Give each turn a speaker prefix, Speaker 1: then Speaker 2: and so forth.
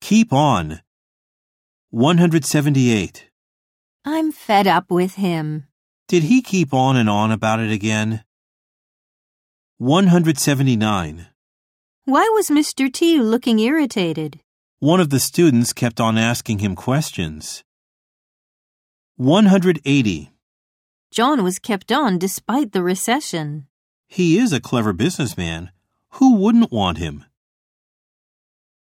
Speaker 1: Keep on. 178.
Speaker 2: I'm fed up with him.
Speaker 1: Did he keep on and on about it again? 179.
Speaker 2: Why was Mr. T looking irritated?
Speaker 1: One of the students kept on asking him questions. 180.
Speaker 2: John was kept on despite the recession.
Speaker 1: He is a clever businessman. Who wouldn't want him?